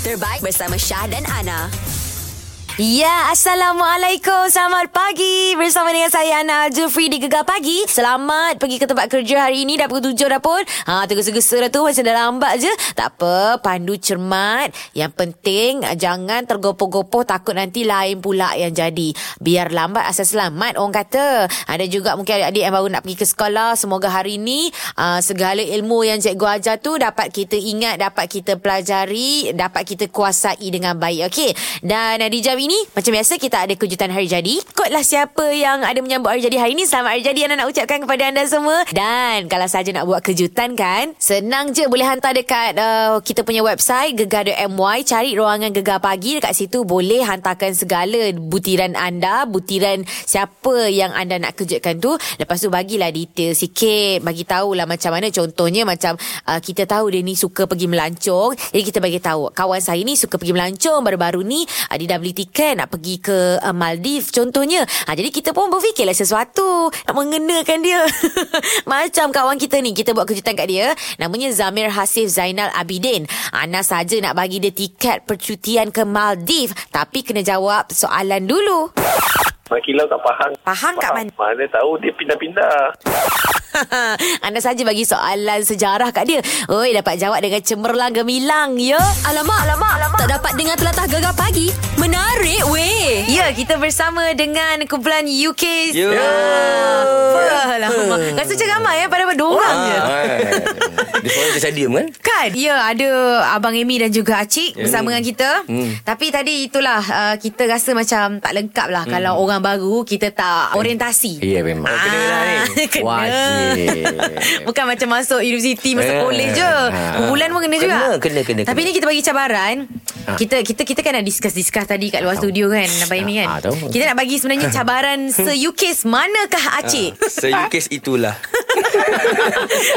Terbaik bersama Syah dan Ana. Ya, Assalamualaikum. Selamat pagi. Bersama dengan saya, Ana Jufri di Gegar Pagi. Selamat pergi ke tempat kerja hari ini. Dah pukul tujuh dah pun. Ha, tergesa-gesa dah tu. Macam dah lambat je. Tak apa. Pandu cermat. Yang penting, jangan tergopoh-gopoh. Takut nanti lain pula yang jadi. Biar lambat asal selamat, orang kata. Ada juga mungkin adik-adik yang baru nak pergi ke sekolah. Semoga hari ini, uh, segala ilmu yang cikgu ajar tu dapat kita ingat, dapat kita pelajari, dapat kita kuasai dengan baik. Okey. Dan uh, di jam ini Macam biasa kita ada kejutan hari jadi Kotlah siapa yang ada menyambut hari jadi hari ini Selamat hari jadi Ana nak ucapkan kepada anda semua Dan kalau saja nak buat kejutan kan Senang je boleh hantar dekat uh, Kita punya website Gegar.my Cari ruangan Gegar Pagi Dekat situ boleh hantarkan segala butiran anda Butiran siapa yang anda nak kejutkan tu Lepas tu bagilah detail sikit Bagi tahulah macam mana Contohnya macam uh, Kita tahu dia ni suka pergi melancong Jadi kita bagi tahu Kawan saya ni suka pergi melancong Baru-baru ni uh, Dia dah beli tiket nak pergi ke uh, Maldives contohnya. Ha, jadi kita pun berfikirlah sesuatu nak mengenakan dia. Macam kawan kita ni, kita buat kejutan kat dia. Namanya Zamir Hasif Zainal Abidin. Ana saja nak bagi dia tiket percutian ke Maldives tapi kena jawab soalan dulu. Makilau kat Pahang. Pahang kat mana? Mana tahu dia pindah-pindah. Anda saja bagi soalan sejarah kat dia. Oi, dapat jawab dengan cemerlang gemilang, ya? Alamak, alamak, alamak. Tak dapat dengar telatah gegar pagi. Menarik, weh. Ya, kita bersama dengan kumpulan UK. Ya. Ah, alamak. Rasa macam ramai ya, pada dua orang je. Ah, eh. Dia seorang macam saya diam kan? Kan? Ya, ada Abang Amy dan juga Acik yeah. bersama dengan kita. Hmm. Tapi tadi itulah, uh, kita rasa macam tak lengkap lah hmm. kalau orang baru kita tak orientasi. Ya yeah, memang. Ah, lah kena. Bukan macam masuk universiti Masuk Eh. kolej je Ha. Bulan pun kena Kena, juga kena, kena, Tapi kena. Ha. ni kita bagi cabaran Kita kita kita kan nak discuss-discuss tadi Kat luar studio kan Abang Amy kan Ah, tahu. Kita nak bagi sebenarnya cabaran Se-UKIS Manakah Acik Ha. Se-UKIS itulah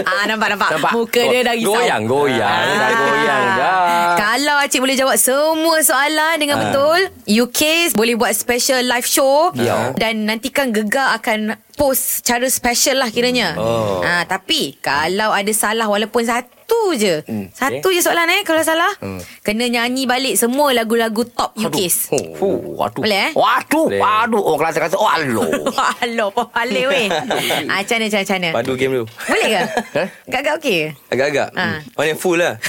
ah, Nampak nampak Nampak? Muka dia dah risau Goyang, goyang. Ah. Dia dah goyang dah. Ah. Kalau Acik boleh jawab semua soalan dengan betul, UK boleh buat special live show Ya. dan nantikan Gegar akan post cara special lah kiranya. Oh. Ha, tapi kalau ada salah walaupun satu je. Hmm, Satu je soalan eh kalau salah. Kena nyanyi balik semua lagu-lagu top UK. Oh, waduh. Boleh, eh? Waduh, Boleh. waduh. Oh, kata-kata, oh, aloh. Alah, apa paling weh. Ah, macam mana, macam mana? Padu game dulu Boleh ke? Eh? Gagak okey ke? Agak-agak Ah. ha. Mana full lah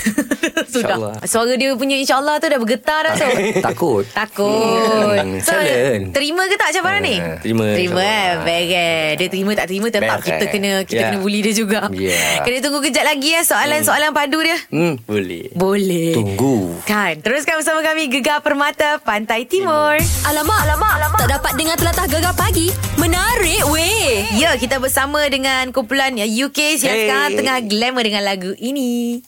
Sudah. InsyaAllah. Suara dia punya insyaAllah tu dah bergetar dah tu. Takut. Takut. Hmm, So, challenge. terima ke tak cabaran ni? Terima, Terima eh. insyaAllah. Baik eh. Dia terima tak terima tetap Baik, kita eh. kena kita Ya. kena bully dia juga. Ya. Kena tunggu kejap lagi eh soalan-soalan padu dia. Hmm. Boleh Boleh. Tunggu. Kan Teruskan bersama kami Gegar Permata Pantai Timur alamak, alamak, alamak Tak dapat dengar telatah gegar pagi Menarik weh Ya kita bersama dengan Kumpulan UK Yang hey. Hey. sekarang tengah glamour Dengan lagu ini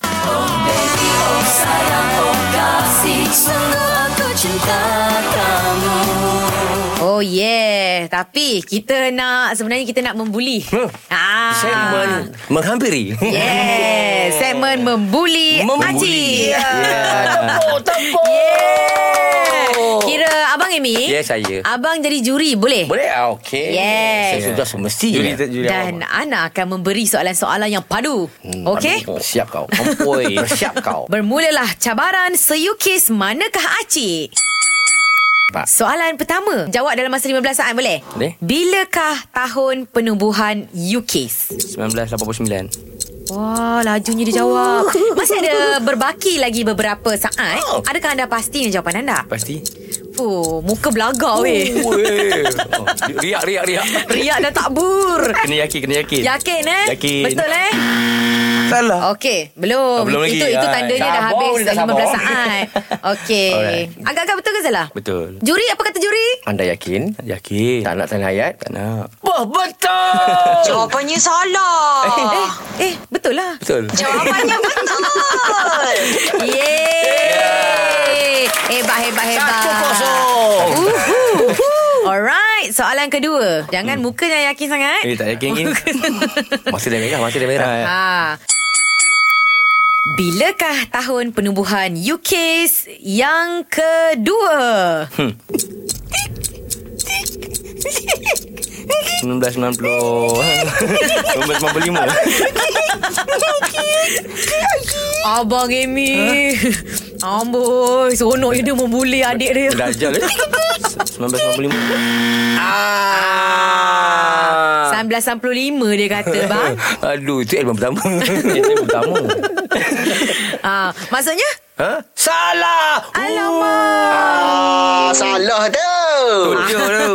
Oh yeah Tapi kita nak Sebenarnya kita nak membuli Huh. ah. Saya men- menghampiri. Yeah Segmen membuli Acik Membuli. Yeah. Yeah. Kira Abang Amy Ya, saya. Abang jadi juri boleh? Boleh? Ah, Okey. Yes. Saya sudah semestinya. Juli, Juli Dan Ana akan memberi soalan-soalan yang padu hmm, Okey? Aduh, Siap kau. Ampoi. Siap kau. Bermulalah cabaran seyukis manakah Acik? Pak. Soalan pertama Jawab dalam masa 15 saat boleh? Boleh. Bilakah tahun penubuhan UKIS? 1989 Wah lajunya dia jawab Masih ada berbaki lagi beberapa saat Oh. Adakah anda pasti dengan jawapan anda? Pasti Oh, muka belagak weh Oh, eh. Oh, Riak, riak, riak. Riak dah tak bur Kena yakin Kena yakin Yakin eh? Yakin Betul eh? Salah Okey, belum. Oh, belum itu lagi. itu Ah, tandanya dah sabar, habis dia dah 15 sabar. saat. Okey. Alright. Agak-agak betul ke salah? Betul Juri apa kata juri? Anda yakin? Yakin Tak nak tanya ayat? Tak nak Bah, betul! Jawapannya salah. Eh, Ah. eh, betul lah. Betul Jawapannya betul. Yeay! Hebat, hebat, hebat. Satu kosong. Uhuh. Alright, soalan kedua. Hmm. Jangan muka yang yakin sangat. Eh tak yakin yakin Masih dah merah, masih dah merah. Ah, Ha. Bilakah tahun penubuhan UKIS yang kedua? 1990 1995 Abang Amy. Amboi, seronoknya dia membuli adik dia. Dajjal eh 1995 Ah. 1995 dia kata bang. Aduh, itu album pertama. album pertama. ah, maksudnya? Ha? Salah. Alamak. Salah tu. Tujuh tu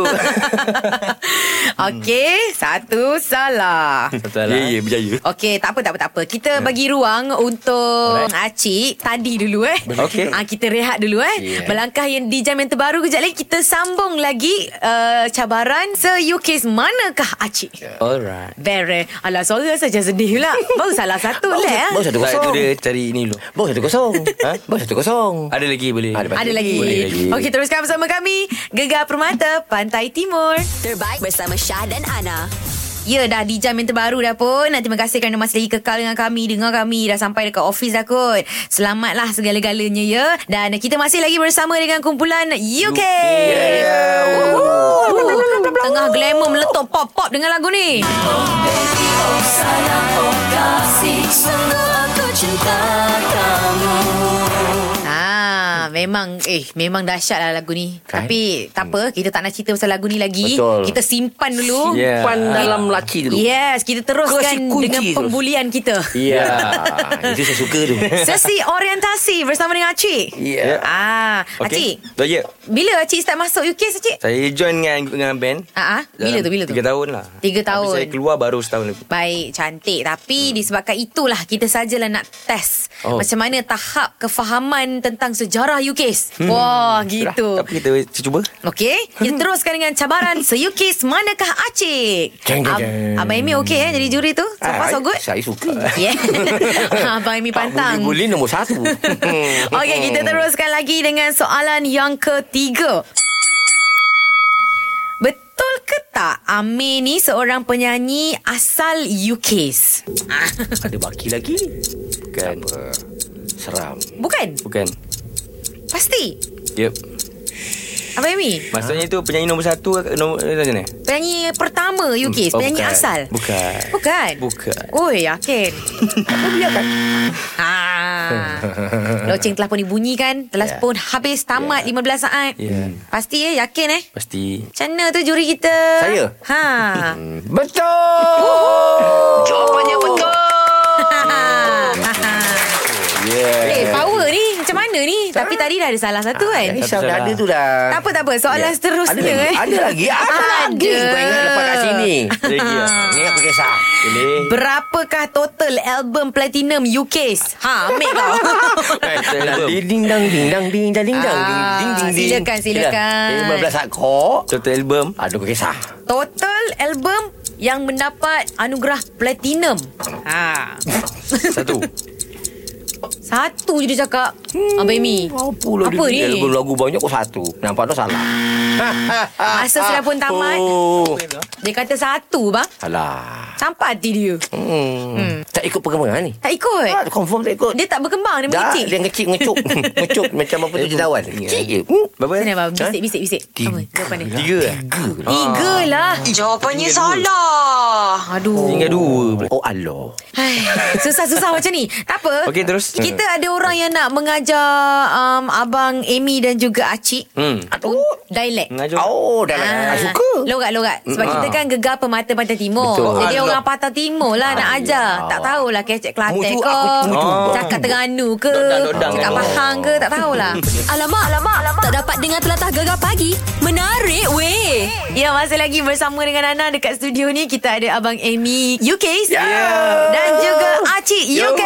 Hmm. Okey, satu salah. Ya ya berjaya Okey, tak apa tak apa tak apa. Kita Hmm. bagi ruang untuk Acik tadi dulu eh. Okey. Ah kita rehat dulu eh. Yeah. Melangkah yang di jam yang terbaru kejap lagi kita sambung lagi uh, cabaran se-UKIS manakah Acik? Ya. Alright Bere. Alah suara saja sedih pula. Baru salah satu lah. Baru eh. satu Tak kosong. itu dia cari ini dulu Baru satu kosong. ha? Baru satu kosong. Ada lagi boleh Ada Ada lagi. Boleh lagi. Okey, teruskan bersama kami. Gegar Permata, Pantai Timur. Terbaik bersama Syah dan Ana. Ya dah di jam yang terbaru dah pun Dan terima kasih kerana masih lagi kekal dengan kami Dengar kami dah sampai dekat office dah kot Selamatlah segala-galanya ya Dan kita masih lagi bersama dengan kumpulan UK Woohoo. Tengah glamour meletup pop-pop dengan lagu ni Ah, memang eh memang dahsyat lah lagu ni. Kan? Kan? Tapi tak apa, kita tak nak cerita pasal lagu ni lagi. Betul. Kita simpan dulu. Yeah. Simpan dalam laci Yes, kita Kasi teruskan kunci dengan terus. pembulian kita. Ya. Itu saya suka tu. Sesi orientasi bersama dengan Acik. Ya. Ah, Okay. Acik. Dah ya Bila Acik start masuk UK, Acik? Saya join dengan dengan band Ah, ah. Bila Dalam tu, bila tu? Tiga tahun lah Tiga tahun. Habis saya keluar baru setahun lebih Baik, cantik. Tapi hmm. disebabkan itulah kita sajalah nak test oh. Oh. macam mana tahap kefahaman tentang sejarah UKIS. Hmm. Wah, gitu. Tapi kita kita cuba Okey, kita teruskan dengan cabaran seyukis manakah Acik? Jeng, jeng, Ab- jeng. Abang Amy okey eh jadi juri tu? So Ah, far so good? Saya suka. Yeah. Abang Amy pantang. Boleh nombor satu. Okey, Mm-hmm. kita teruskan lagi dengan soalan yang ketiga. Betul ke tak Amir ni seorang penyanyi asal UKIS? Ada baki lagi. Kan. Seram. Bukan? Bukan Pasti? Yep Abang Amy? Maksudnya tu penyanyi nombor satu nombor, eh, Macam mana? Penyanyi pertama UKIS? Oh, penyanyi bukan. asal? Bukan Bukan? Bukan Oh yakin Ah, Loceng telah pun dibunyikan Telah yeah. Ya. pun habis Tamat yeah. 15 saat Ya. Pasti eh Yakin eh Pasti Macam mana tu juri kita Saya? Ha Betul. Jawapannya Oh. betul. Eh Yeah. power ni Macam mana ni Tapi tadi dah ada salah satu kan Ini Satu Syam dah salah. ada tu dah. Tak apa tak apa Soalan Ah, Ya. seterusnya ada, eh Ada lagi. Ada lagi. Kau ingat lepas kat sini. Lagi lah Ah. Ni aku kisah. Boleh Berapakah total album platinum UK's? Ha, ambil kau. Album. Ding ding dang ding dang ding dang ding dang ding Ah, ding ding ding. silakan, silakan. Yelah, 15 akor. Total album Ada aku kisah. Total album yang mendapat anugerah platinum. Ha. Satu Satu je dia cakap. Hmm, Abang Amy. Apa lah Apa dia? ni? Lagu-lagu banyak kok satu. Nampak tu salah. Masa sudah pun tamat. Oh. Dia kata satu bang. Alah. Sampai hati dia. Hmm. Tak ikut perkembangan ni. Tak ikut. Ah, confirm tak ikut. Dia tak berkembang. Dia Dah, mengecik. dia ngecik ngecuk. ngecuk macam apa tu jedawan. Cik je. Hmm. Berapa? Sini abang. Ha? Bisik, bisik, bisik. Apa? Jawapan dia. Tiga eh? Tiga lah. Jawapannya salah. Aduh. Tinggal dua pula. Oh Allah. Hai, Susah-susah macam ni Tak apa Okey, terus. Kita ada orang yang nak mengajar um, Abang Amy dan juga Acik Hmm Aduh Dialek Mengajar Oh, dah lah. Ah, suka. Logat-logat Sebab Hmm, kita ah. kan gegar pemata pantai timur Betul. Jadi Alah. orang patah timur lah nak Alah. ajar Tak tahulah kecek Kelantan Mutu ke aku, mutu. Cakap Terengganu ke Dodang-dodang Cakap kan. Pahang ke Tak tahulah alamak, alamak, alamak Tak dapat dengar telatah gegar pagi Menarik weh Eh. Ya masih lagi bersama dengan Nana Dekat studio ni Kita ada Abang Amy UK Dan juga Acik UK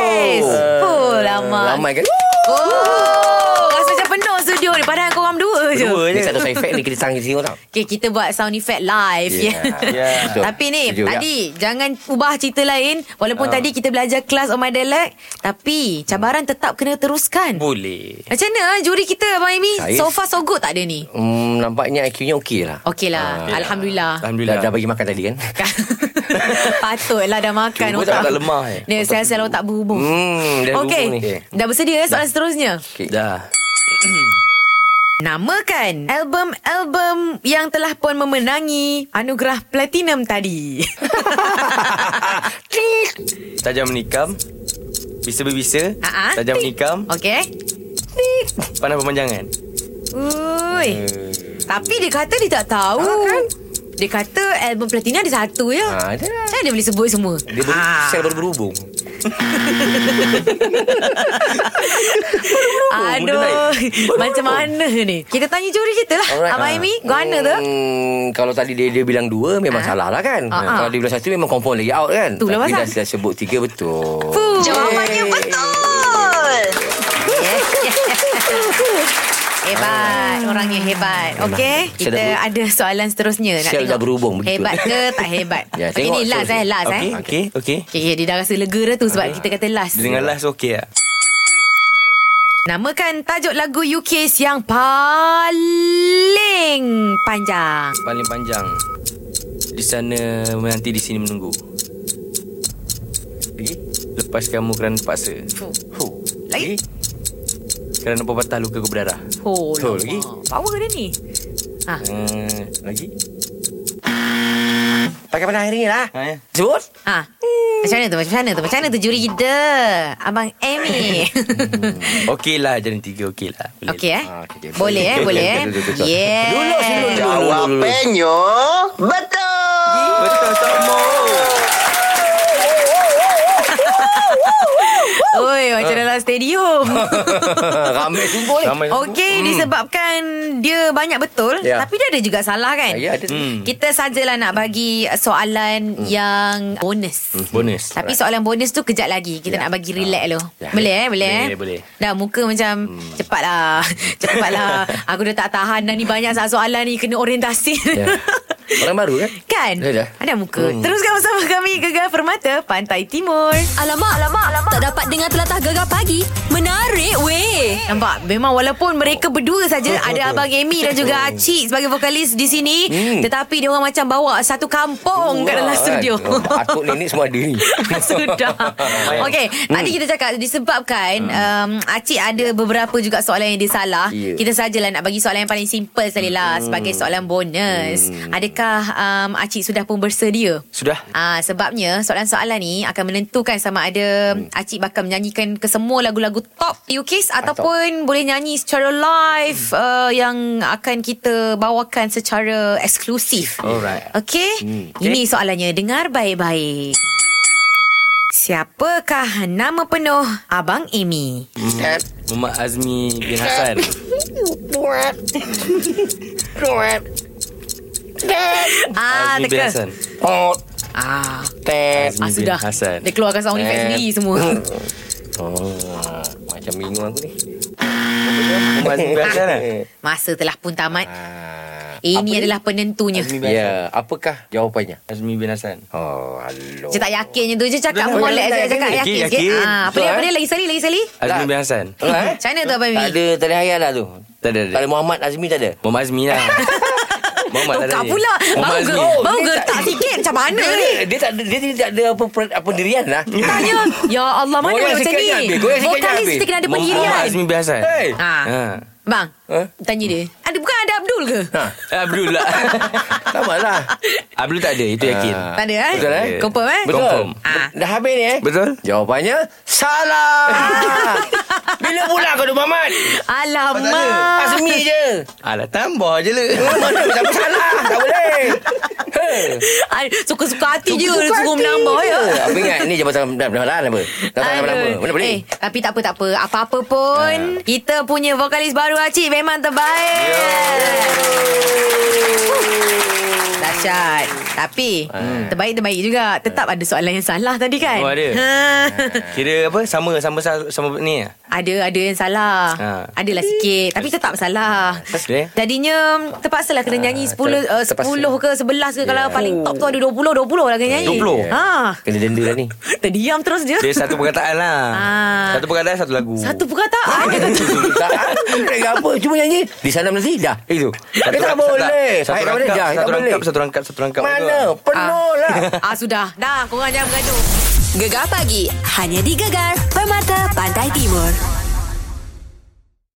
Oh lama Ramai kan? Oh Rasa macam penuh studio ni Padahal korang dua je Dua Ni je satu side effect ni kita tangan sini orang. Okay, kita buat sound effect live. Yeah. Yeah. Yeah. Yeah. Tapi ni, Setuju. tadi jangan ubah cerita lain. Walaupun tadi kita belajar kelas on my dialect, tapi cabaran tetap kena teruskan. Boleh Macam mana ah, juri kita, Abang Amy? Saya- So far so good tak ada ni? Hmm, nampaknya IQ-nya okey lah. Okey lah. Ah. Alhamdulillah. Alhamdulillah. Dah, dah bagi makan tadi kan? Patutlah dah makan Cuba tak- tak lemah, eh. Dia sel-sel otak berhubung Hmm Dah Okey dua ni Dah bersedia eh, soalan seterusnya Okey. Dah Namakan album-album yang telah pun memenangi anugerah platinum tadi. Tajam menikam Bisa berbisa Ah, ah. Tajam menikam Okey. cantik. Pandai pemanjangan Ui. Eh. Tapi dia kata dia tak tahu. kan? Dia kata album platina ada satu ya. Ah, ada lah. Saya dia boleh sebut semua. Dia baru Ah. Sel baru berhubung benda Aduh. Macam mana ni? Kita tanya juri kita lah. Alright, Abang ah. Aimi, guana tu? Ah. Hmm, kalau tadi dia, dia bilang dua Memang Ah. salah lah kan Ah, ah. Kalau dia bilang satu Memang confirm lagi out kan Itulah Tapi pasal. dah, dah sebut tiga betul Fuh. Jawapannya Eh. betul. Hebat Orangnya hebat Okay Saya Kita dah ber- ada soalan seterusnya Nak Saya tengok dah berhubung begitu. Hebat ke tak hebat Ya, Okay tengok ni last terus. eh Last eh Okay Okay, okay. Okay, okay, dia dah rasa lega dah tu sebab kita kata last. Dia dengar last okay lah Namakan tajuk lagu UKIS yang paling panjang. Paling panjang Di sana menanti di sini menunggu Lagi Lepas kamu kerana terpaksa Fuh. Huh. Lagi. Kerana pepatah luka ku berdarah Oh, Betul, lama. lagi. Power dia ni. Hmm, Lagi Pakai pandang hari ni lah ha, ya. Sebut Ha. Macam mana tu? Macam mana tu? Macam mana tu juri kita? Abang Amy. Okey lah Jadi tiga okey lah Boleh. Okey eh. Ah, okey, okey. Boleh eh, boleh eh. Betul, betul, betul. Yeah. Lulus, Eh, lulus, lulus. Jawapannya betul. Betul sama Oi, macam dalam stadium. Ramai sungguh Ah, ni Oh. Ramai Okey, disebabkan dia banyak betul, Ya. tapi dia ada juga salah kan? Ya, ada. Hmm. Hmm. Kita sajalah nak bagi soalan yang bonus. Bonus Tapi soalan bonus tu kejap lagi Kita nak bagi relax dulu Ya. Hmm. Boleh eh? Boleh, eh? Boleh, boleh. Dah muka macam Cepatlah Cepatlah Aku dah tak tahan dah ni Banyak sangat soalan ni Kena orientasi Ya. Orang baru kan Kan? Dah, Hmm. dah. Ada muka Teruskan bersama kami Gegar Permata Pantai Timur Alamak, alamak, alamak. Tak dapat dengar telatah gegar pagi. Menarik weh. Eh. Nampak? Memang walaupun mereka berdua saja Ada Abang Amy dan juga Acik Sebagai vokalis di sini Tetapi dia orang macam bawa Satu kampung kat dalam Hmm. Wah, studio kan? Atuk nenek semua ada ni Sudah Okay Tadi Hmm. kita cakap Disebabkan um, Acik ada beberapa juga Soalan yang dia salah Ya. Hmm. Kita sajalah nak bagi Soalan yang paling simple sekali lah Sebagai soalan bonus Adakah um, Acik sudah pun bersedia? Sudah Ah sebabnya soalan-soalan ni akan menentukan sama ada Hmm. Acik bakal menyanyikan kesemua lagu-lagu top UKIS Ah, ataupun boleh nyanyi secara live Hmm. uh, yang akan kita bawakan secara eksklusif. Alright Okey? Hmm, Ini soalannya dengar baik-baik. Siapakah nama penuh Abang Amy? Muhammad Azmi bin Hassan Ah, Azmi bin teka. Hassan Pot Ah, Tet ah Azmi bin sudah. Hassan Eh. Dia keluarkan sound effect sendiri semua. Eh. Oh, macam bingung aku ni. Muhammad Azmi bin Hassan lah Masa telah pun tamat. Ah, Ini apa Eh, adalah penentunya. Azmi ni? bin Hassan Ya, apakah jawapannya? Azmi bin Hassan Oh, alo. Saya tak yakin je tu je cakap Dah, molek dah, saya dah, cakap yakin, yakin sikit. yakin. Ah, apa dia Betul, apa eh? dia lagi sekali lagi sekali? Azmi Tak. bin Hassan Ha? eh, Macam mana tu Abang Tak Mimi? ada tak ada hayal lah tu. Tak ada Tak ada Muhammad Azmi tak ada. Muhammad Azmi lah Tukar Muhammad tak ada ni. Oh, pula Bau Muhammad ge, Azmi bau gertak sikit Macam mana ni? Dia tak ada, dia tidak ada apa per- apa dirian lah. Tanya Ya Allah mana Goyang boleh macam sikit je ni habis, goyang sikit je Vokalis habis. kita kena ada pendirian Muhammad Azmi bin Hassan Hey. Ha. Bang Ha? Tanya dia Ada bukan ada Abdul ke? Abdul lah Samalah. Abdul tak ada Itu yakin Ah. Tak ada eh? Betul, eh? Confirm eh? Betul. Confirm. Ah. Dah habis ni eh? Betul Jawapannya salah. Bila pula kau tu Muhammad? Alamak Azmi je. Alah tambah je lah Mana siapa salah? Tak boleh. Heh. Ay, Suka-suka hati je Dia Suka-suka suruh hati menambah je. ya Apa ingat ni jabatan pendapatan apa? Jabatan apa? Aduh. Mana boleh? Eh, Ah. tapi tak apa tak apa. Apa-apa pun kita punya vokalis baru Acik memang terbaik. Huh. Dahsyat. Tapi Ah. terbaik-terbaik juga. Tetap ada soalan yang salah tadi kan? Oh, ada. Ha. Kira apa Sama Sama sama, sama ni lah Ada ada yang salah. Ha. Ah. Adalah sikit tapi tetap salah. Okey. Jadinya terpaksalah kena nyanyi 10 uh, 10 Ah, terpaksa. Ya. ke 11 ke kalau paling top tu ada 20 20 lah kena nyanyi. 20? Ha. Kena denda lah ni. Terdiam terus je. Dia satu perkataan lah Ah. Satu perkataan satu lagu Satu perkataan dia kata. tak nak apa Cuma nyanyi Di sana nanti dah Itu Eh, tak rangkap, boleh. Satu Baik, rangkap tak boleh, Jah. Satu Tak rangkap boleh. Satu rangkap Satu rangkap Mana Ah. Penuh lah Ah sudah. Dah korang jangan bergaduh. Gegar pagi hanya di Gegar Permata Pantai Timur.